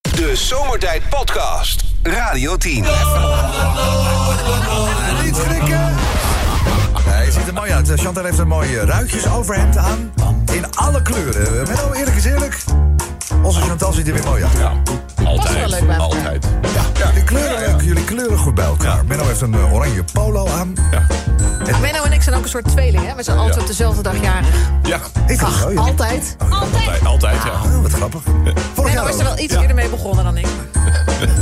De Zomertijd Podcast. Radio 10. Niet schrikken. Nee, het ziet er mooi uit. Chantal heeft een mooi eh, ruitjes overhemd aan. In alle kleuren. Eh, Met al eerlijk is eerlijk. Onze Chantal ziet er weer mooi uit. Ja, Past wel leuk Altijd. bij elkaar. Altijd. die kleuren, leuk. jullie kleuren goed bij elkaar. Menno heeft een eh, oranje polo aan. Ja. Menno en ik zijn ook een soort tweeling, hè? We zijn altijd Ja. op dezelfde dag jarig. Ja. Ik vind het mooi. Altijd. Altijd. Altijd, ja. Oh, wat grappig. Vorig Menno jaar is er wel ook. iets eerder mee begonnen dan ik. maar-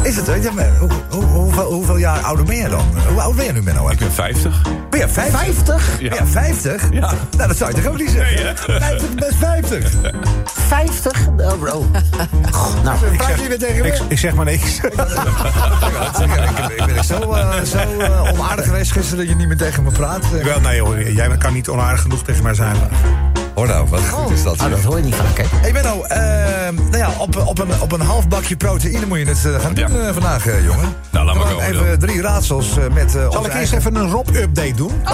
Is het, eh, ja, maar hoe, hoe, hoeveel, hoeveel jaar ouder ben je dan? Hoe oud ben je nu, Menno? Ik ben 50. Ben je 50? 50? Ja, Ja. 50? Ja. Nou, dat zou je toch ook niet zeggen? 50 best 50. 50? Oh, bro. God, nou, Ik praat niet meer tegen me. Ik, ik zeg maar niks. Ik, ik ben echt zo, eh, zo eh, onaardig geweest gisteren dat je niet meer tegen me praat. Eh, Wel, nee hoor, jij kan niet onaardig genoeg tegen mij zijn. Ah, Hoor nou, wat goed is dat. oh, dat hoor je niet vaak, hè? Hey Benno, ehm, nou ja, op, op, een, op een half bakje proteïne moet je het eh, gaan doen Ja. eh, vandaag, eh, jongen. Nou, laat maar Gewoon komen Even dan. drie raadsels eh, met eh Zal onze ik eerst eigen- even een Rob-update doen? Oh,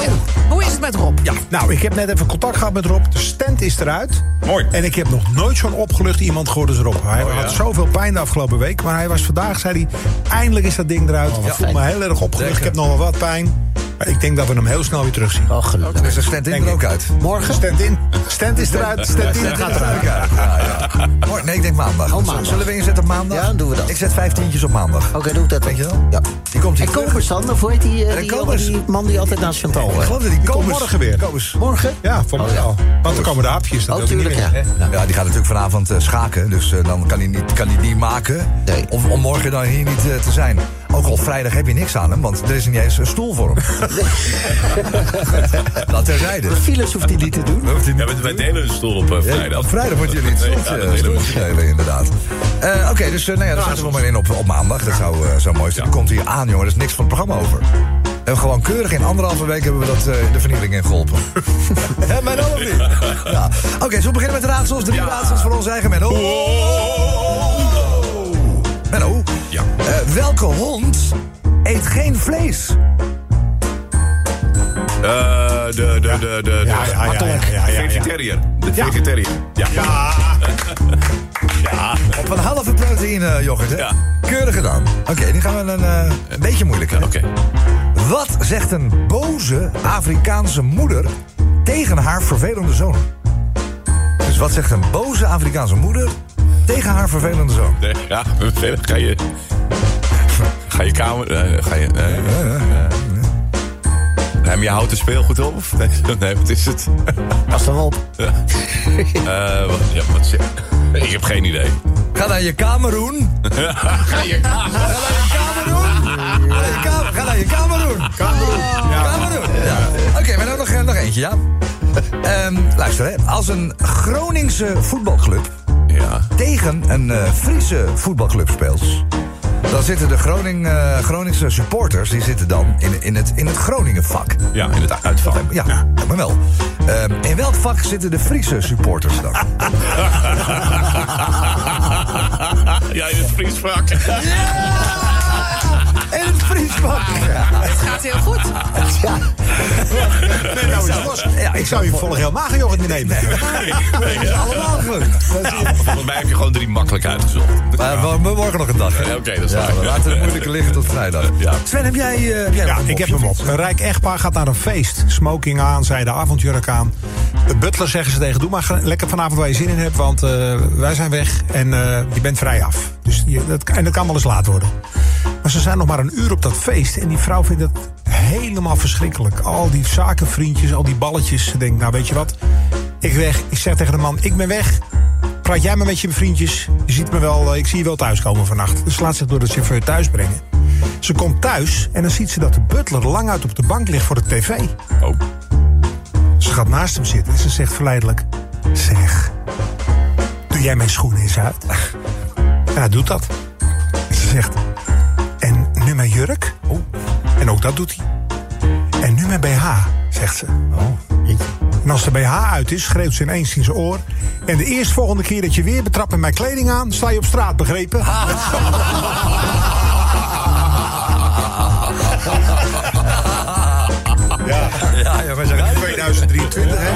hoe is het met Rob? Ja, nou, ik heb net even contact gehad met Rob. De stand is eruit. Mooi. En ik heb nog nooit zo'n opgelucht iemand gehoord als Rob. Hij Oh, ja. had zoveel pijn de afgelopen week. Maar hij was vandaag, zei hij, eindelijk is dat ding eruit. ik voel me heel erg opgelucht. Ik heb nog wel wat pijn. Maar ik denk dat we hem heel snel weer terugzien. Oh, gelukkig. Dus er stand in Denk er ik. ook uit. Morgen? Stand in. Stand is eruit. Stand in gaat eruit. Oh, Ja, ja, ja. Mooi, Nee, ik denk maandag. maandag. Zullen we inzetten op maandag? Ja, dan doen we dat. Ik zet vijftientjes op maandag. Oké, doe ik dat Weet je dan. wel? Ja. Die komt hier En terug. Kobus dan? Of hoe heet die, eh, En die, Kobus. die man die altijd naast Ik Chantal eh, geloof dat die komt Kobus- morgen weer. Kobus. Morgen? Ja, voor mij Oh, ja. wel. Want er komen de hapjes. Dat Oh, wil ik niet tuurlijk, weten, ja. hè? Nou, Ja, die gaat natuurlijk vanavond eh, schaken. Dus eh, dan kan hij, niet, kan hij die maken. Nee. Om, om morgen dan hier niet eh, te zijn. Ook al vrijdag heb je niks aan hem, want er is niet eens een stoel voor hem. Dat terzijde. Files hoeft hij niet te doen. Hoeft hij Ja, niet. wij- wij delen een stoel op eh, vrijdag. Op vrijdag wordt jullie het Nee, slot, ja, eh, dat delen we. slotgedelen, inderdaad. Eh, Oké, dus eh, nou ja, dan zetten we maar in op, op maandag. Dat zou, eh, zou mooi zijn. Dan komt hij aan, jongen. Er is niks van het programma over. En gewoon keurig in anderhalve week hebben we dat, eh, de vernieling in geholpen. Hè, mijn of niet? Ja. Oké, zullen we beginnen met de raadsels? Drie raadsels voor ons eigen Menno. Menno, Ja. eh, welke hond eet geen vlees? Eh, de, de, de, de, de, Ja, ja, ja, ja, ja, ja, ja. vegetariër. De Ja. vegetariër. Ja. Ja. Op een halve proteïne yoghurt, hè? Ja. Keurig gedaan. Oké, die gaan we een, eh, een beetje moeilijker. hè? Oké. Wat zegt een boze Afrikaanse moeder tegen haar vervelende zoon? Dus wat zegt een boze Afrikaanse moeder tegen haar vervelende zoon? Nee, ja, verder ga je... Ga je kamer... eh, ga je... eh, eh, nee, maar je houdt de speelgoed op? Of? Nee, nee, wat is het? Pas dan op. Eh, wat, ja, wat zeg... Ik heb geen idee. Ga naar je Kameroen. Ga je kamer... Ga naar je Kameroen. Ga naar je Kameroen. Kameroen. Ja. Oké, maar nou nog, eh, nog eentje, ja. Ehm, luister, hè. als een Groningse voetbalclub Ja. tegen een eh, Friese voetbalclub speelt... dan zitten de Groning, eh, Groningse supporters die zitten dan in, in, het, in het Groningenvak. Ja, in het uitval. Ja, maar wel. Ehm, in welk vak zitten de Friese supporters dan? ja, in het vriesvak. In het Fries vak! Het gaat heel goed. Ja, Ik zou je volg helemaal geen yoghurt meer nemen. allemaal goed. Volgens mij heb je gewoon drie makkelijk uitgezocht. Maar we- we morgen nog een dag. Ja, hè? Oké, dat is Ja, waar. we laten het moeilijke liggen tot vrijdag. Ja. Sven, heb jij, eh, heb jij Ja, nog een ik heb mopje? hem op. Een rijk echtpaar gaat naar een feest. Smoking aan, zijde avondjurk aan. De butler zeggen ze tegen, doe maar ge- lekker vanavond waar je zin in hebt... want eh, wij zijn weg en eh, je bent vrij af. Dus je, dat, en dat kan wel eens laat worden. Maar ze zijn nog maar een uur op dat feest... en die vrouw vindt het helemaal verschrikkelijk. Al die zakenvriendjes, al die balletjes. Ze denkt, nou weet je wat, ik weg. Ik zeg tegen de man, ik ben weg. Praat jij maar met je vriendjes. Je ziet me wel, eh, ik zie je wel thuiskomen vannacht. Dus ze laat zich door de chauffeur thuis brengen. Ze komt thuis en dan ziet ze dat de butler lang uit op de bank ligt voor de tv. Oh. Ze gaat naast hem zitten en ze zegt verleidelijk... Zeg, doe jij mijn schoenen eens uit? En hij doet dat. En ze zegt... En nu mijn jurk? Oh. En ook dat doet hij. En nu mijn BH, zegt ze. En als de BH uit is, schreeuwt ze ineens in zijn oor... En de eerstvolgende keer dat je weer betrapt met mijn kleding aan... sta je op straat, begrepen? Ja, ja, wij zijn uit. 2023, hè?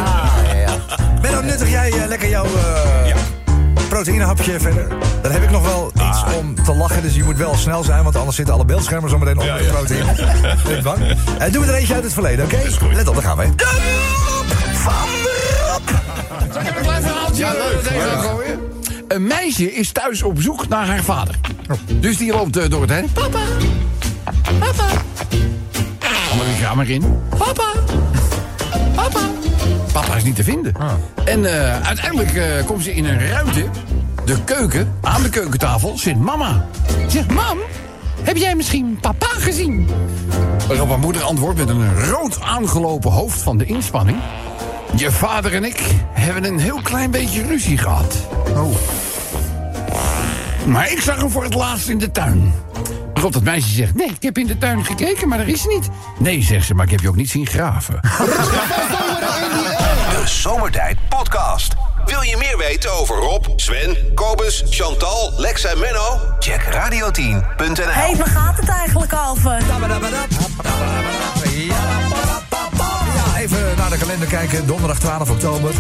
Ah. Benno, nuttig jij eh, lekker jouw eh, proteïnehapje verder? Dan heb ik nog wel iets kans om te lachen, dus je moet wel snel zijn... want anders zitten alle beeldschermen zo meteen opgesproten in. Ben je bang? Eh, doen we er eentje uit het verleden, oké? Let op, daar gaan we. Ik heb een klein verhaaltje. dat deze ook gooien. Een meisje is thuis op zoek naar haar vader. Dus die loopt eh, door het heen. Papa. Papa. Annemarie, ga maar in. Papa. Papa. Papa is niet te vinden. En eh, uiteindelijk eh, komt ze in een ruimte. De keuken, aan de keukentafel, zit mama. Zegt, mam, heb jij misschien papa gezien? Waarop haar moeder antwoordt met een rood aangelopen hoofd van de inspanning. Je vader en ik hebben een heel klein beetje ruzie gehad. Maar ik zag hem voor het laatst in de tuin. Waarop dat meisje zegt, nee, ik heb in de tuin gekeken, maar daar is ze niet. Nee, zegt ze, maar ik heb je ook niet zien graven. De Zomertijd Podcast. Wil je meer weten over Rob, Sven, Kobus, Chantal, Lex en Menno? Check radio10.nl. Hé, waar gaat het eigenlijk over? Ja, even naar de kalender kijken. Donderdag 12 oktober.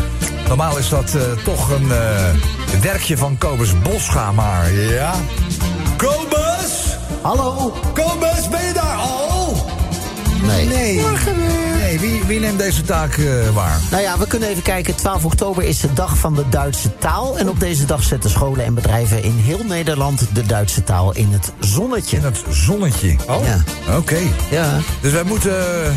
Normaal is dat eh, toch een eh, werkje van Kobus Bosga, maar ja. Kobus! Hallo? Kobus, ben je daar al? Nee. Nee. Nee, wie, wie neemt deze taak eh, waar? Nou ja, we kunnen even kijken. 12 oktober is de dag van de Duitse taal. En op deze dag zetten scholen en bedrijven in heel Nederland de Duitse taal in het zonnetje. In het zonnetje. Oh. Ja. Oké. Ja. Dus wij moeten...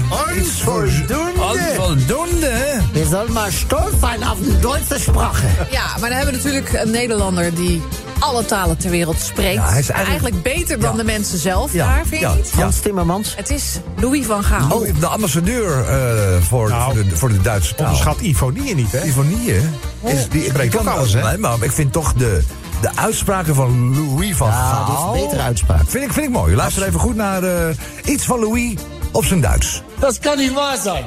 Alles iets voor voldoende. Alles voldoende, hè? We zullen maar stolz zijn op de Duitse sprache. Ja, maar dan hebben we natuurlijk een Nederlander die alle talen ter wereld spreekt. Ja, hij is eigenlijk- eigenlijk beter dan Ja. de mensen zelf Ja, daar, vind je ja. niet? Hans Timmermans. Het is Louis van Gaal. Oh, de ambassadeur eh, voor, Nou, voor, de, voor de Duitse taal. Onderschat Ivonie niet, hè? Ivonie, hè? Is, die, spreekt ook alles, hè? Nee, maar ik vind toch de, de uitspraken van Louis van Ja, Gaal... Nou, dat is een betere uitspraak. Vind ik, vind ik mooi. Luister even goed naar eh, iets van Louis op zijn Duits. Das kann nicht wahr sein.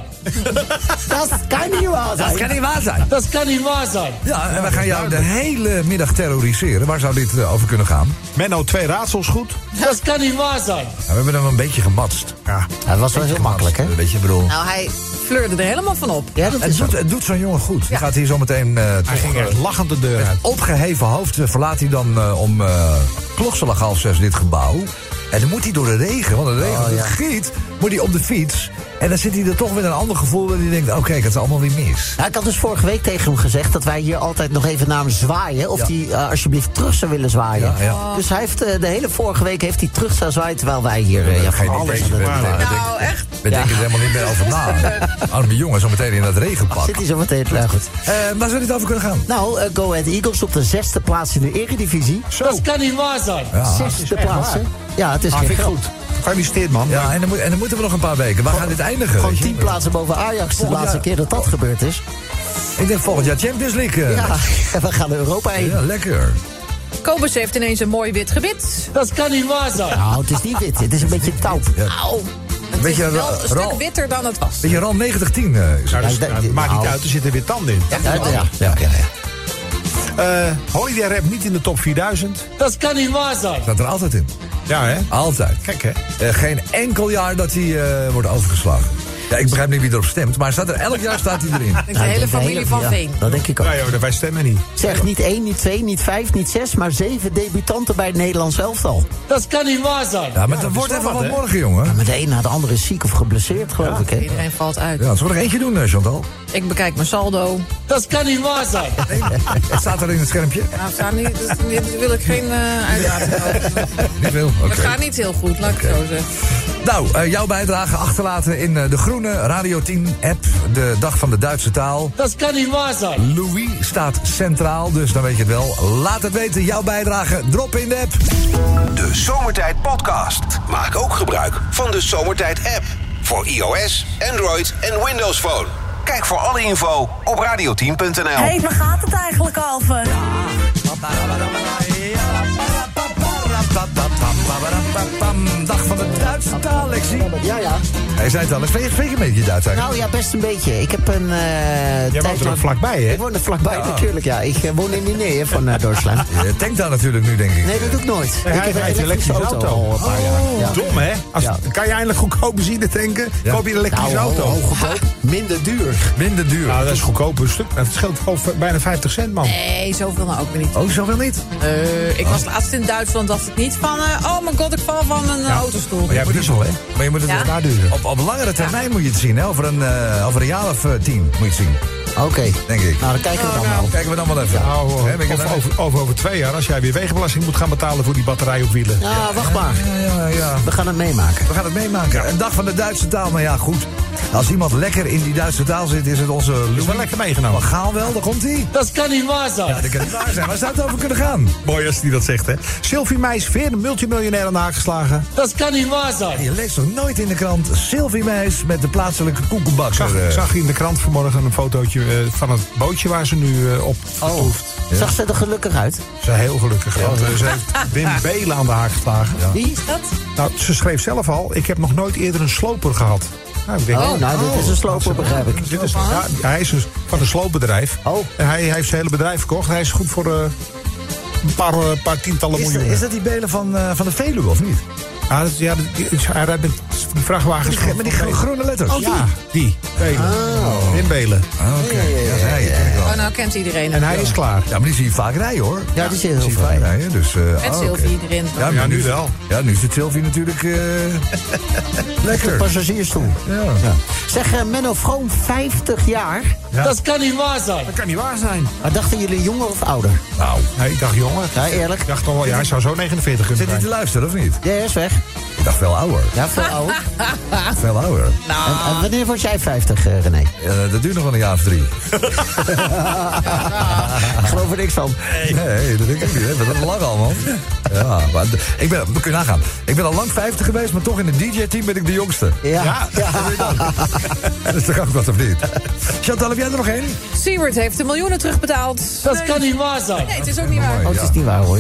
Dat kan niet waar zijn. kan niet waar zijn. Das kann nicht wahr sein. Ja, en we gaan jou de hele middag terroriseren. Waar zou dit eh, over kunnen gaan? Menno, twee raadsels goed. Das kann nicht wahr sein. Nou, we hebben hem een beetje gematst. Ja, Dat was wel heel makkelijk, hè? Weet je, ik bedoel... Nou, hij fleurde er helemaal van op. Ja, dat Het is zo. doet, het doet zo'n jongen goed. Die Ja. gaat hier zometeen... eh toch, Hij ging eh, echt lachend de deur uit. opgeheven hoofd eh, verlaat hij dan eh, om eh klokslag half zes dit gebouw. En dan moet hij door de regen, want de regen Oh, doet ja. giet, moet hij op de fiets. En dan zit hij er toch weer een ander gevoel bij. Die denkt, oké, het is allemaal weer mis. Nou, ik had dus vorige week tegen hem gezegd dat wij hier altijd nog even naar hem zwaaien. Of Ja. hij eh, alsjeblieft terug zou willen zwaaien. Ja, Oh. ja. Dus hij heeft, eh, de hele vorige week heeft hij terug zou zwaaien terwijl wij hier eh, ja, Geen van idee. alles We- aan we- het we- we- doen Nou, waren. echt. We denken er helemaal niet meer over na. Arme jongen, zometeen in dat regenpak. Zit hij zo meteen nou, goed. Eh, waar zou dit over kunnen gaan? Nou, eh, Go Ahead Eagles op de zesde plaats in de eredivisie. Das kann nicht wahr sein. zesde plaats, hè? Ja, het is Ah, geen vind ik grap. goed. Gefeliciteerd, man. Ja, en dan, moet- en dan moeten we nog een paar weken. Waar gaat dit eindigen? Gewoon weet je? tien plaatsen boven Ajax, de Volgend laatste jaar- keer dat dat gebeurd is. Ik denk volgend jaar Champions League. eh. Ja, we gaan Europa heen. ja, lekker. Kobus heeft ineens een mooi wit gebit. Das kann nicht wahr sein. Nou, het is niet wit, het is een beetje taup. Auw. Oh, Het Beetje is wel ra- een stuk ra- witter dan het was. Beetje RAN 9010 eh, is het. Nou, dus, Ja, nou, het dat- maakt nou. niet uit, er zitten weer tanden in. Ja, ja, ja. Ja, ja, ja. Eh, Holiday Rap niet in de top 4000. Das kann nicht wahr sein. Staat er altijd in. Ja, hè? Altijd. Kijk, Ah, hè? Eh, geen enkel jaar dat hij eh, wordt overgeslagen. Ja, ik begrijp niet wie erop stemt, maar staat er, elk jaar staat hij erin. De hele familie van ja, Veen. Dat denk ik ook. Ja, joh, wij stemmen niet. Zeg, niet één, niet twee, niet vijf, niet zes, maar zeven debutanten bij het Nederlands elftal. Das kann nicht wahr sein. Ja, maar dat is wordt wel even wat, wat hè? morgen, jongen. Maar de een na de andere is ziek of geblesseerd, geloof ik, hè? Iedereen valt uit. Ja, zullen we er eentje doen, eh, Chantal? Ik bekijk mijn saldo. Das kann nicht wahr sein. Het staat er in het schermpje? Nou, daar niet, dus dit wil ik geen eh uitlating over. Niet veel? Oké. Het gaat niet heel goed, laat ik het zo zeggen. Nou, eh, jouw bijdrage achterlaten in eh, de groene Radio 10 app. De dag van de Duitse taal. Das kann nicht wahr sein. Louis staat centraal, dus dan weet je het wel. Laat het weten, jouw bijdrage. Drop in de app. De Zomertijd Podcast. Maak ook gebruik van de Zomertijd app. Voor iOS, Android en Windows Phone. Kijk voor alle info op radio10.nl. Hé, waar gaat het eigenlijk over? Dag van de Duitse taal, Lexie. Ja, ja. Hij zei het al, vind je, vind je een beetje Duits eigenlijk? Nou ja, best een beetje. Ik heb een. eh, tijd woont er ook lang- vlakbij, hè? Ik woon er vlakbij, natuurlijk, ja. Ik eh, woon in Dinee van eh, Duitsland. Nou. Je denkt daar natuurlijk nu, denk ik. Nee, dat doe ik nooit. Hij ik heb rijdt een elektrische auto. Oh. al een paar jaar. Ja. Dom, hè? Als, Ja. Kan je eindelijk goedkoop benzine tanken? Koop je een elektrische Nou, auto? ho- ho, goedkoop. Minder duur. Minder duur. Nou, dat is goedkoop. Een stuk. Het scheelt gewoon v- bijna 50 cent, man. Nee, zoveel nou ook weer niet. Oh, zoveel niet. Eh, ik Ah. was laatst in Duitsland, dacht ik niet van... eh, oh mijn god, ik val van een eh, autostoel. Maar Oh, jij moet diesel, hè? Maar je moet het Ja. daar Op, op langere termijn moet je het zien, hè? Over een, eh, over een jaar of eh, tien moet je het zien, Oké. denk ik. Nou, dan kijken we dan wel. Kijken we dan wel even. Nou, hoor. Hè, ben ik of er- over, over, over twee jaar, als jij weer wegenbelasting moet gaan betalen voor die batterij op wielen. Ja, Ah, wacht maar. Ja, ja, ja. We gaan het meemaken. We gaan het meemaken. Een dag van de Duitse taal. Maar ja, goed. Als iemand lekker in die Duitse taal zit, is het onze Louis. Is wel lekker meegenomen. Van Gaal wel, daar komt hij. Das kann nicht wahr sein. Dat kan niet waar zijn. Waar zou het over kunnen gaan? Mooi als die dat zegt, hè? Sylvie Meijs, weer een multimiljonair aan de haak geslagen. Das kann nicht wahr sein. Je leest toch nooit in de krant Sylvie Meijs met de plaatselijke Ik koekenbakker. zag, eh. ik zag in de krant vanmorgen een fotootje eh, van het bootje waar ze nu eh, op vertoeft. Zag ze er gelukkig uit? Ze is heel gelukkig. Ja, ze heeft Wim Belen aan de haak geslagen. Wie? Dat? Nou, ze schreef zelf al, ik heb nog nooit eerder een sloper gehad. Nou, ik denk, Oh, nou, dit is een sloper, begrijp ik. Dit is, ja, hij is dus van een sloopbedrijf. Oh. En hij heeft zijn hele bedrijf verkocht. Hij is goed voor eh, een paar, eh, paar tientallen Is, miljoenen. is dat die belen van, eh, van de Veluwe of niet? Ja, dat- ja, dat- die- hij rijdt met die vrachtwagens. Die, met die gro- groene letters. Oh, ja, die. Belen. In Belen. Ah, Oké, ja, hij ken ik wel. Oh, nou kent iedereen. En hij is klaar. Ja, maar die zie je vaak rijden hoor. Ja, die zie je heel zie je vaak vaak rijden. Dus, eh, ah, Met oké. Sylvie erin. maar Ja, nu wel. Ja, nu zit Sylvie natuurlijk eh, lekker. Passagiersstoel. Ja. Zeg, eh, Menno Vroom, 50 jaar. Das kann nicht wahr sein. Dat kan niet waar zijn. Maar dachten jullie jonger of ouder? Nou, Nee, ik dacht jongen. Ja, eerlijk. Ik dacht al wel, ja, hij zou zo 49 kunnen zit hij te zijn. luisteren of niet? Ja, is weg. Ik dacht veel ouder. Ja, veel ouder. Ah. Veel ouder. En, en wanneer word jij 50, eh, René? Eh, dat duurt nog wel een jaar of drie. Ik geloof er niks van. Nee, dat denk ik niet. Hè. Dat is lang al, man. Ja, maar d- ik ben, kun je nagaan. Ik ben al lang 50 geweest, maar toch in het DJ-team ben ik de jongste. Ja. Dus daar kan ik wat of niet. Chantal, heb jij er nog één? Seward heeft de miljoenen terugbetaald. Das nee. kann nicht wahr sein. nee, het is ook niet waar. Oh, ja. het is niet waar, hoor.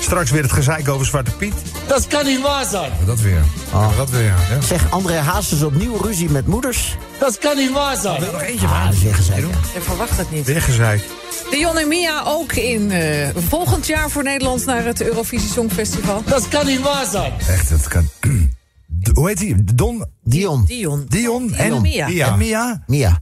Straks weer het gezeik over Zwarte Piet. Ah. Das kann nicht wahr sein. Dat weer. Ja, dat weer, ja. Zeg, André Haas is opnieuw ruzie met moeders. Das kann nicht wahr sein. Nog eentje Ah, dat is weer gezeik. Ik verwacht het niet. Weer gezeik. Dion en Mia ook in eh, volgend jaar voor Nederland naar het Eurovisie Songfestival. Das kann nicht waar sein. Echt, het kan... D- Hoe heet die? Don, Dion. Dion. Dion en en Mia. En Mia? Mia.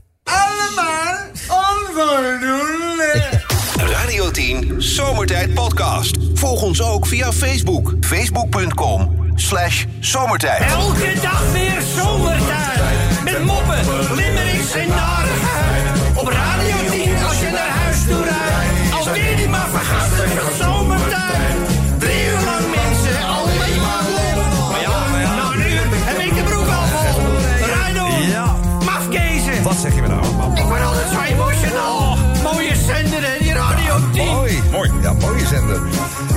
Radio 10 Zomertijd Podcast. Volg ons ook via Facebook. Facebook.com slash zomertijd. Elke dag weer zomertijd. Met moppen, limmerings en narigheid. Op Radio 10 als je naar huis toe rijdt. Alweer die maar vergastige zomertijd. Drie uur lang mensen, alleen maar lollen. Maar ja, na een uur heb ik de broek al vol. Rijd door. Mafkezen. Wat zeg je me nou, man? Ik word altijd zo emotional. Mooie zender en die Radio 10. Mooi. Mooi. Ja, mooie zender.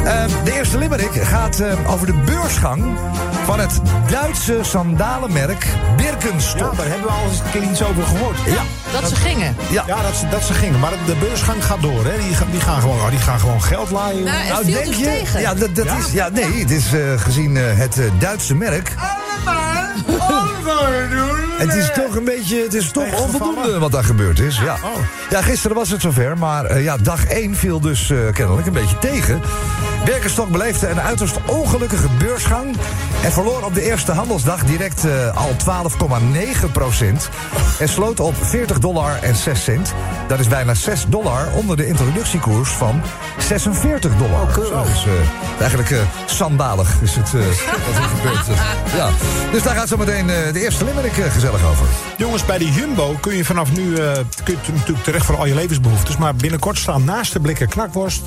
Ehm, de eerste limerick gaat eh, over de beursgang van het Duitse sandalenmerk Ja, Birkenstock. daar hebben we al eens een keer iets over gehoord. Ja, Dat ze gingen. Ja. dat, ze, dat ze gingen. Maar de beursgang gaat door, hè. Die, gaan- die, gaan, gewoon, oh, die gaan gewoon geld laaien. Nou, het viel dus tegen. Ja, dat, dat is. Ja, nee, het is eh, gezien eh, het eh, Duitse merk. Het is toch een beetje. Het is toch Tegengevallen. onvoldoende wat daar gebeurd is. Ja, ja gisteren was het zover. Maar eh, ja, dag 1 viel dus eh, kennelijk een beetje tegen. Birkenstock beleefde een uiterst ongelukkige beursgang. En verloor op de eerste handelsdag direct eh, al 12,9 procent. En sloot op 40 dollar en 6 cent. Dat is bijna 6 dollar onder de introductiekoers van 46 dollar. Zo is, eh, eigenlijk eh, sandalig is het eh, wat er gebeurt. ja. Dus daar gaat zo meteen eh, de eerste limerick eh, gezellig over. Jongens, bij de Jumbo kun je vanaf nu eh, kun je t- natuurlijk terecht voor al je levensbehoeftes. Maar binnenkort staan naast de blikken knakworst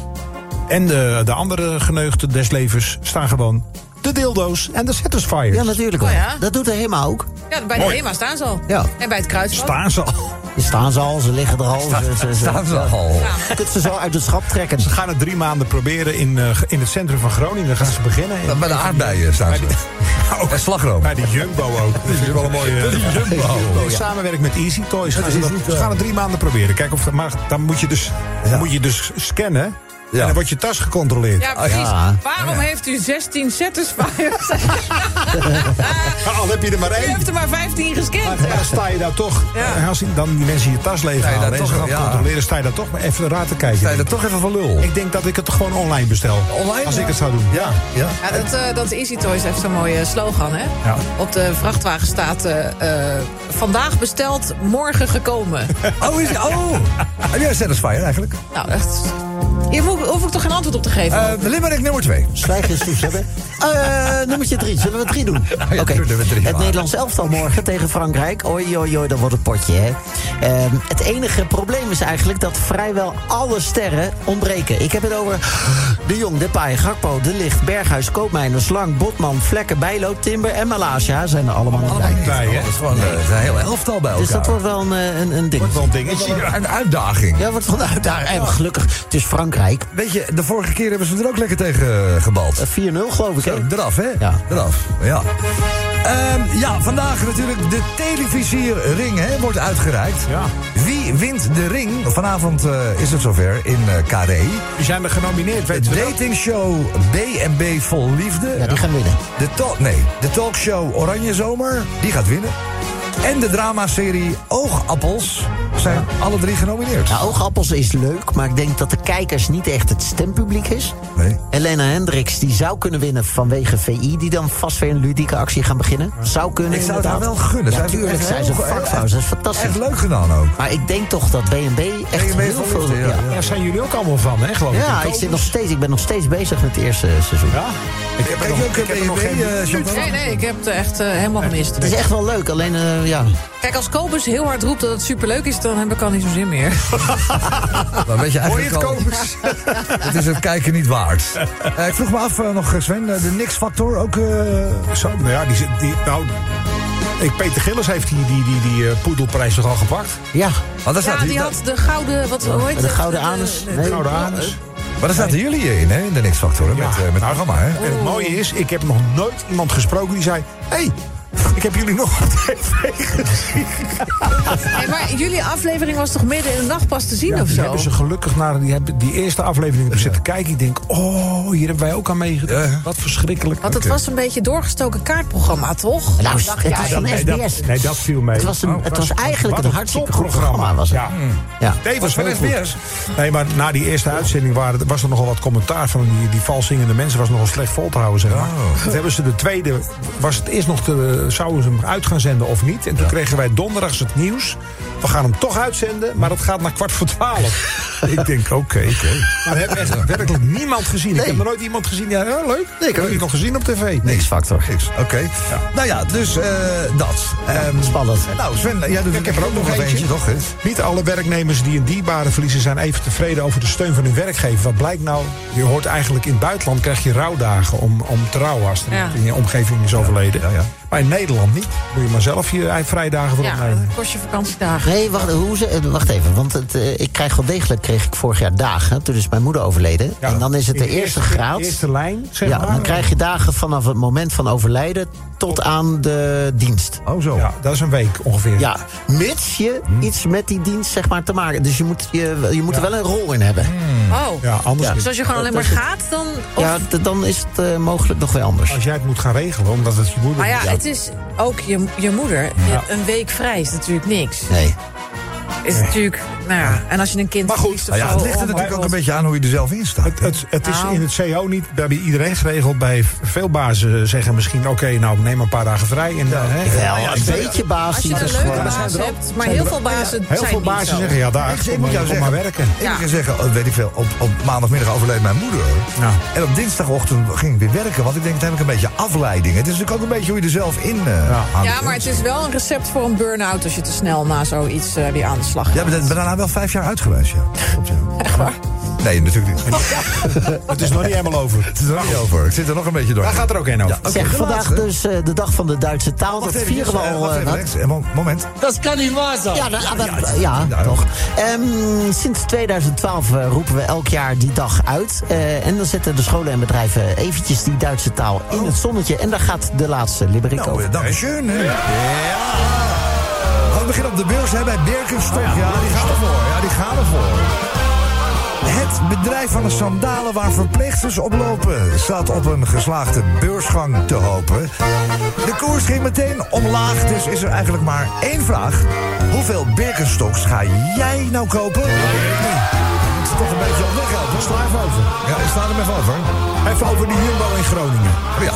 en de, de andere geneugten des levens staan gewoon de dildo's en de satisfiers. Ja, natuurlijk wel. Oh, ja. Dat doet de HEMA ook. Ja, bij de HEMA staan ze al. Ja. En bij het Kruisvat. Staan ze al. Ze staan ze al, ze liggen er al. ze, ze, ze- Staan ze al? Je kunt ze zo uit het schap trekken. Ze gaan het drie maanden proberen in, eh, in het centrum van Groningen. Gaan ze beginnen. Ja, Bij de aardbeien staan ze. Ook bij slagroom. Bij de Jumbo ook. Dat is wel een mooie. In samenwerking met Easy Toys. Gaan ze, dat- Easy Toys. ze gaan het drie maanden proberen. Kijk of, maar dan moet je dus, moet je dus scannen. En dan wordt je tas gecontroleerd. Oh, Ja, precies. Waarom heeft u 16 satisfiers? Nou, Al heb je er maar U één. heeft er maar 15 gescand. Daar sta je daar toch. Ja. En als die- dan die mensen je tas Sta je daar leeghalen en ze toch- gaan ja. controleren, sta je daar toch maar even raar te kijken. Sta je er toch even van lul? Ik denk dat ik het gewoon online bestel. Online? Als ik Ja. het zou doen. Ja, ja. Ja, dat, eh dat Easy Toys heeft zo'n mooie slogan, hè? Ja. Op de vrachtwagen staat... eh, eh, vandaag besteld, morgen gekomen. Oh, is, oh. heb jij een satisfier eigenlijk? nou, echt... Hier hoef, hoef ik toch geen antwoord op te geven? Eh limerick nummer twee. Zwijg eens toe, hebben. Eh nummertje drie. Zullen we drie doen? Oké. nummer drie, Het maar. Nederlands elftal morgen tegen Frankrijk. Oei, oei, oei, dat wordt een potje, hè. Ehm, het enige probleem is eigenlijk dat vrijwel alle sterren ontbreken. Ik heb het over De Jong, Depay, Gakpo, De Ligt, Berghuis, Koopmeiners, Lang, Botman, Vlekken, Bijlo, Timber en Malasia zijn er allemaal niet bij. Bij, hè? Dat is gewoon eh, het is een heel elftal bij elkaar. Dus dat wordt wel een, eh, een, een ding. Wel een dingetje. een uitdaging. Ja, wordt vanuit daar. En gelukkig, het is Frankrijk. Weet je, de vorige keer hebben ze er ook lekker tegen eh, gebald. Eh, 4-0 geloof ik, hè? Zo, eraf, hè? Ja. Eraf, ja. Ehm, ja, vandaag natuurlijk de televisierring hè, wordt uitgereikt. Ja. Wie wint de ring? Vanavond eh, is het zover in eh Carré. Die zijn er genomineerd, De weet je dat? datingshow B&B Vol Liefde. Ja, die gaan winnen. De, talk, nee, de talkshow Oranje Zomer, die gaat winnen. En de dramaserie Oogappels zijn alle drie genomineerd. Nou, oogappels is leuk, maar ik denk dat de kijkers niet echt het stempubliek is. Nee. Helena Hendricks, die zou kunnen winnen vanwege VI... die dan vast weer een ludieke actie gaan beginnen. Zou kunnen, Ik zou het haar inderdaad. wel gunnen. Ja, Zij heeft tuurlijk, echt zij is een heel- vakvrouw, ze is fantastisch. Echt leuk gedaan ook. Maar ik denk toch dat BNB echt BNB heel van veel... liefde, ja, ja. ja. Daar zijn jullie ook allemaal van, hè, geloof ik. Ja, ik, zit dus. nog steeds, ik ben nog steeds bezig met het eerste eh, seizoen. Ja? Ik heb er Kijk nog- je ook ik heb er nog geen- een eh, Nee, nee, ik heb het echt eh, helemaal gemist. Het is echt wel leuk, alleen eh, ja. Kijk, als Kobus heel hard roept dat het superleuk is... dan heb ik al niet zo'n zin meer. Dan Nou, weet je Hoor je eigenlijk het, al, Kobus? het is het kijken niet waard. Eh, ik vroeg me af eh, nog, Sven, eh, de Nix-factor ook... eh, Zo, nou ja, die, zit- die, nou, ik, Peter Gillis heeft die, die, die, die eh, poedelprijs toch al gepakt? Ja, want daar Ja, zaten, die had de gouden... Wat, hoe heet de het? gouden anus. de- Nee. Nou, de anus. maar daar zaten jullie in, hè, in de Nix-factor, hè, met, eh, met het programma. Hè? En het mooie is, ik heb nog nooit iemand gesproken die zei... Hé, hey, ik heb jullie nog op tv gezien. Hey, maar jullie aflevering was toch midden in de nacht pas te zien of die zo? hebben ze gelukkig naar die, hebben die eerste aflevering op zitten kijken. Ik denk, oh, hier hebben wij ook aan meegedaan. Ja. Wat verschrikkelijk. Want het was een beetje doorgestoken kaartprogramma, toch? nou, Ik dacht, het ja, was ik- een nee, dat, SBS. nee, dat viel mee. Oh, Het was, een, het was eigenlijk Wat een hartstikke goed topprogramma. programma. Was het. Ja. Mm. Ja. Nee, was Was heel van goed. SBS. Nee, maar na die eerste uitzending waren, was er nogal wat commentaar van die, die valsingende mensen. Was nogal slecht vol te houden, zeg maar. Oh. Toen hebben ze de tweede, was het eerst nog, te, zouden ze hem uit gaan zenden of niet? En toen kregen wij donderdags het nieuws. We gaan hem toch uitzenden, maar dat gaat naar kwart voor twaalf. ik denk, oké, oké. Maar we hebben echt werkelijk niemand gezien. Ik heb nog nooit iemand gezien. Ja, ja, leuk. ik heb je nog gezien op tv. Nix-factor. Nix, oké. Nou ja, dus eh, dat. Ehm, Spannend. nou, Sven, jij doet Ik heb er ook nog eentje. toch? Hè? Niet alle werknemers die een dierbare verliezen zijn even tevreden over de steun van hun werkgever. Wat blijkt nou? Je hoort eigenlijk in het buitenland krijg je rouwdagen om, om te rouwen als er Ja. iemand in je omgeving is overleden. Ja, ja. Maar in Nederland niet. Moet je maar zelf je eigen vrijdagen voor Ja, opnemen. dat kost je vakantiedagen. Nee, wacht, hoe ze, eh, wacht even. Want het, eh, ik krijg wel degelijk, kreeg ik vorig jaar dagen. Toen is mijn moeder overleden. Ja. en dan is het de In eerste graad. Eerste lijn, zeg ja, maar. dan krijg je dagen vanaf het moment van overlijden tot aan de dienst. Oh, zo. Ja, dat is een week ongeveer. Ja, mits je iets met die dienst zeg maar, te maken. Dus je moet, je, je moet er wel een rol in hebben. Oh, Ja, anders niet. Ja. dus als je gewoon alleen maar gaat, dan... Of, Ja, d- dan is het eh, mogelijk nog weer anders. Als jij het moet gaan regelen, omdat het je moeder maar ja, is. het is ook je, je moeder. Je- Een week vrij is natuurlijk niks. Nee. Is natuurlijk, nou ja, en als je een kind Maar goed, verliest of Nou ja, het zo, ligt er oh my natuurlijk ook god. een beetje aan hoe je er zelf in staat. Het, het, het is Nou. in het CO niet bij iedereen geregeld. Bij veel bazen zeggen misschien: oké, nou neem een paar dagen vrij. En, eh, hè. Wel, een beetje Als baas. je die een is dus leuke gewoon- baas hebt, maar heel veel bazen Heel zijn veel niet zo. bazen zeggen: ja, daar Ik kom moet maar- jou kom zeggen, maar werken. Ik Ja. kan zeggen, oh, weet ik veel, op, op maandagmiddag overleed mijn moeder. Ja. En op dinsdagochtend ging ik weer werken, want ik denk, dan heb ik een beetje afleiding. Het is natuurlijk ook een beetje hoe je er zelf in eh hangt. Ja, maar het is wel een recept voor een burn-out... als je te snel na zoiets eh, weer aan de slag Jij gaat. bent bent daarna wel vijf jaar uit geweest, ja. Klopt, ja. Echt waar? Nee, natuurlijk niet. Het is nog niet helemaal over. Het is er nog niet over. Ik zit er nog een beetje door. Daar gaat er ook één over. Ja, oké, Zeg, de vandaag laatste. dus eh, de dag van de Duitse taal. Wacht Dat even, vieren we eh, al. wacht eh, even, wat? Lex. Eh, mo- Moment. Das kann nicht wahr sein. Ja, nou, dat- ja, ja, toch. Ehm, sinds 2012 eh, roepen we elk jaar die dag uit. Eh, en dan zetten de scholen en bedrijven eventjes die Duitse taal in het zonnetje. En daar gaat de laatste Liberik Nou, over. eh, dankeschön. hè. Ja. Oh We beginnen op de beurs hè, bij Birkenstock. Ja, die gaan ervoor. Ja, die gaan ervoor. Het bedrijf van de sandalen waar verpleegsters op lopen... staat op een geslaagde beursgang te hopen. De koers ging meteen omlaag, dus is er eigenlijk maar één vraag. Hoeveel Birkenstocks ga jij nou kopen? Het is toch een beetje op weg, hè? Sla even over. Ja, sla hem even over. Even over die Jumbo in Groningen. Ja.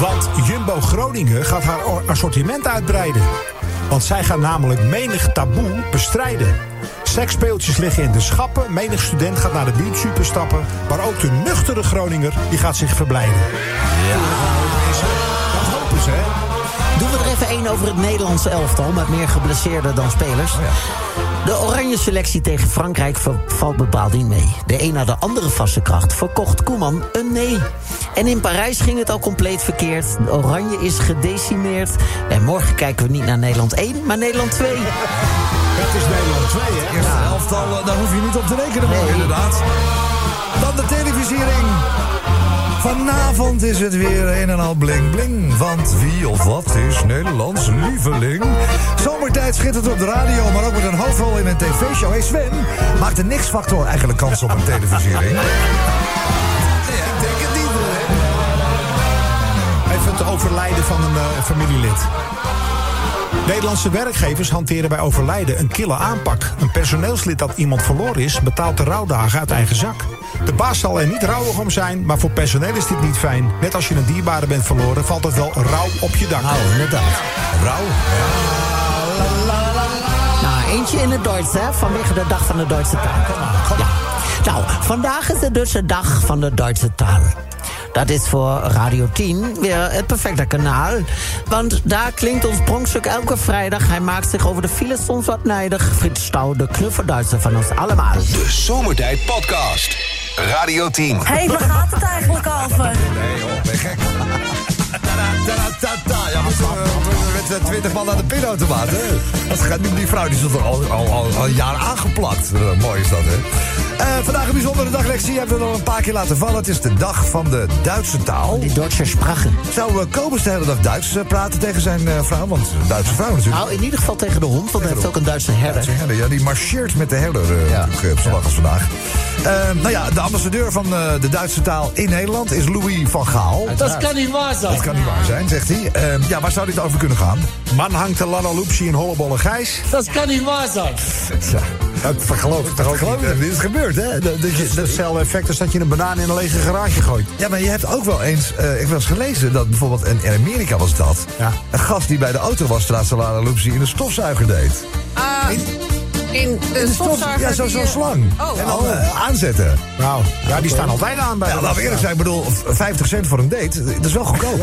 Want Jumbo Groningen gaat haar or- assortiment uitbreiden. Want zij gaan namelijk menig taboe bestrijden. Seksspeeltjes liggen in de schappen. Menig student gaat naar de buurt superstappen. Maar ook de nuchtere Groninger die gaat zich verblijden. Dat hopen ze, hè? Doen we er even één over het Nederlandse elftal... met meer geblesseerden dan spelers. De oranje selectie tegen Frankrijk va- valt bepaald niet mee. De een na de andere vaste kracht verkocht Koeman een nee. En in Parijs ging het al compleet verkeerd. De oranje is gedecimeerd. En morgen kijken we niet naar Nederland 1, maar Nederland 2. Dat is Nederland 2, hè? Eerste elftal, eh, daar hoef je niet op te rekenen, maar Nee. inderdaad. Dan de televisiering. Vanavond is het weer een en al bling bling. Want wie of wat is Nederlands lieveling? Zomertijd schittert op de radio, maar ook met een hoofdrol in een tv-show. Hey Sven, maakt de niksfactor eigenlijk kans op een televisiering? Nee, ik denk het niet, hoor. Even het overlijden van een eh, familielid. Nederlandse werkgevers hanteren bij overlijden een kille aanpak. Een personeelslid dat iemand verloren is, betaalt de rouwdagen uit eigen zak. De baas zal er niet rouwig om zijn, maar voor personeel is dit niet fijn. Net als je een dierbare bent verloren, valt het wel rouw op je dak. Nou, inderdaad. Rauw? Nou, eentje in het Duits, hè, vanwege de dag van de Duitse taal. Ja. Nou, vandaag is het dus de dag van de Duitse taal. Dat is voor Radio 10 weer het perfecte kanaal. Want daar klinkt ons pronkstuk elke vrijdag. Hij maakt zich over de file soms wat nijdig. Frits Stouw, de knuffelduitser van ons allemaal. De Zomertijd Podcast. Radio 10. Hé, hey, waar gaat het eigenlijk over? Nee joh, ben je gek. Ta-da-ta-ta. Ja, we zitten met eh, twintig man aan de pinautomaat, hè? Dat gaat niet, die vrouw die zat er al, al, al, al een jaar aangeplakt. Eh, mooi is dat, hè? Eh, vandaag een bijzondere daglectie. Hebben we nog een paar keer laten vallen. Het is de dag van de Duitse taal. Die Duitse sprachen. Zou eh Kobus de hele dag Duits eh, praten tegen zijn eh, vrouw? Want Duitse vrouw natuurlijk. Nou, in ieder geval tegen de hond, want hij heeft ook een Duitse herder. Duitse herder, ja, die marcheert met de herder eh, Ah. Ja. natuurlijk, eh, op zondag als vandaag. Eh, nou ja, de ambassadeur van eh, de Duitse taal in Nederland is Louis van Gaal. Das kann nicht wahr sein. Dat kan niet waar zijn, zegt hij. Eh, ja, waar zou dit over kunnen gaan? Man hangt de Lana Loopsie in hollebolle gijs. Das kann nicht wahr sein. Ja, dat vergeloof ik toch ook niet. hè? Dit is gebeurd, hè? Dat- dat je- dat- Hetzelfde effect als dat je een banaan in een lege garage gooit. Ja, maar je hebt ook wel eens... eh, ik heb wel eens gelezen dat bijvoorbeeld... In in Amerika was dat. Ja. Een gast die bij de auto was... terwijl Salana Loopsie in een stofzuiger deed. Ah, in een stofzuiger. Ja, zo- die, zo'n eh, slang. Oh, En dan eh, aanzetten. Nou, ja, die staan altijd aan bij Ja, de laten we eerlijk zijn. Ik bedoel, v- 50 cent voor een date. Dat is wel goedkoop.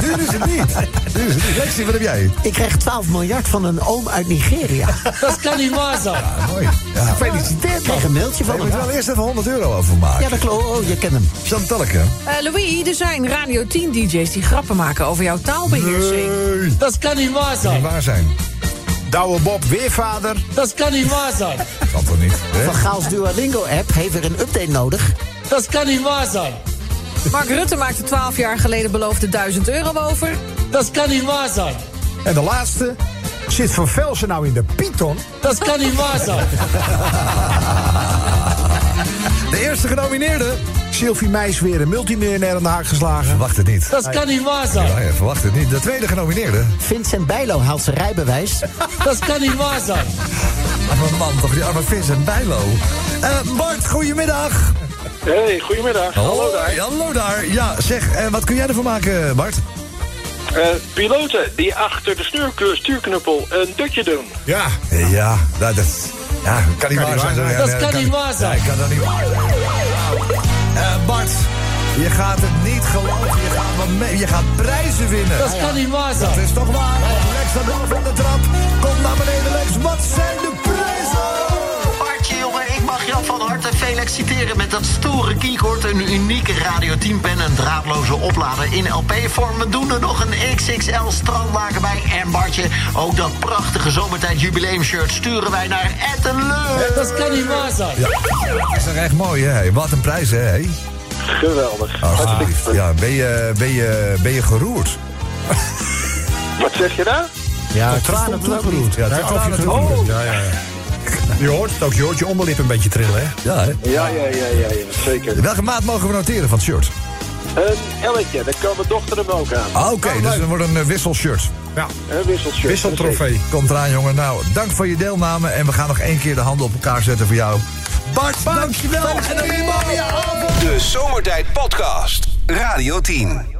Duur is het niet. Duur is het niet. Lexi, wat heb jij? Ik kreeg 12 miljard van een oom uit Nigeria. Das kann nicht wahr sein. Ah, mooi. Ja. Ik kreeg een mailtje Je van moet hem. er wel eerst even 100 euro over maken. Ja, dat klopt. Oh, je kent hem. Chantalke. eh, Louis, er zijn Radio 10-dj's die grappen maken over jouw taalbeheersing. Nee. Das kann nicht wahr sein. Waar zijn? Douwe Bob, weervader. Das kann nicht wahr sein. Kan toch niet? hè? Van Gaals Duolingo-app heeft weer een update nodig. Das kann nicht wahr sein. Mark Rutte maakte 12 jaar geleden beloofde 1000 euro over. Das kann nicht wahr sein. En de laatste. Zit Van Velsen nou in de Python? Das kann nicht wahr sein. De eerste genomineerde. Sylvie Meis weer een multimiljonair aan de haak geslagen. Verwacht het niet. Das kann nicht wahr sein. Nou ja, verwacht het niet. De tweede genomineerde. Vincent Bijlo haalt zijn rijbewijs. Das kann nicht wahr sein. Arme man, toch die arme Vincent Bijlo. Eh Bart, goedemiddag. Hey, goedemiddag. Oh. Hallo daar. Hallo daar. Ja, zeg, eh, wat kun jij ervan maken, Bart? Eh, piloten die achter de stuurkeur- stuurknuppel een dutje doen. Ja. Eh, Ja, nou, dat ja, kan niet waar zijn. Ja, Dat nee, kan niet waar zijn. Nee, kan dat niet waar zijn. Eh, Bart, je gaat het niet geloven. Je gaat, wat mee- je gaat prijzen winnen. Das kann nicht wahr Dat sein. is toch waar? Lex staat boven van de trap. Kom naar beneden, Lex. Wat zijn de prijzen? Bartje, jongen, ik mag jou van harte feliciteren met dat stoere keycord, een unieke Radio 10-pen, een draadloze oplader in LP-vorm. We doen er nog een XXL strandlaken bij. En Bartje, ook dat prachtige zomertijd jubileumshirt sturen wij naar Ettenleur. Das kann nicht wahr sein. Dat is toch echt mooi, hè? Wat een prijs, hè? hé? Geweldig. Alsjeblieft. Ja, ben je, ben je, ben je geroerd? Wat zeg je daar? Ja, Tranen bloedberoerd. Ja, Ja, tranen tranen Oh! toegeroerd. Ja, ja, ja. Je hoort het ook, je hoort je onderlip een beetje trillen, hè? Ja, hè? Ja, ja, ja, ja, ja zeker. Welke maat mogen we noteren van het shirt? Een elletje, daar kan mijn dochter hem ook aan. Ah, Oké, dus het wordt een eh, wisselshirt. Ja. Een wisselshirt. Wisseltrofee. Komt eraan, jongen. Nou, dank voor je deelname. En we gaan nog één keer de handen op elkaar zetten voor jou. Bart, oh. dankjewel. En dan weer Bobby. De Zomertijd Podcast. Radio 10.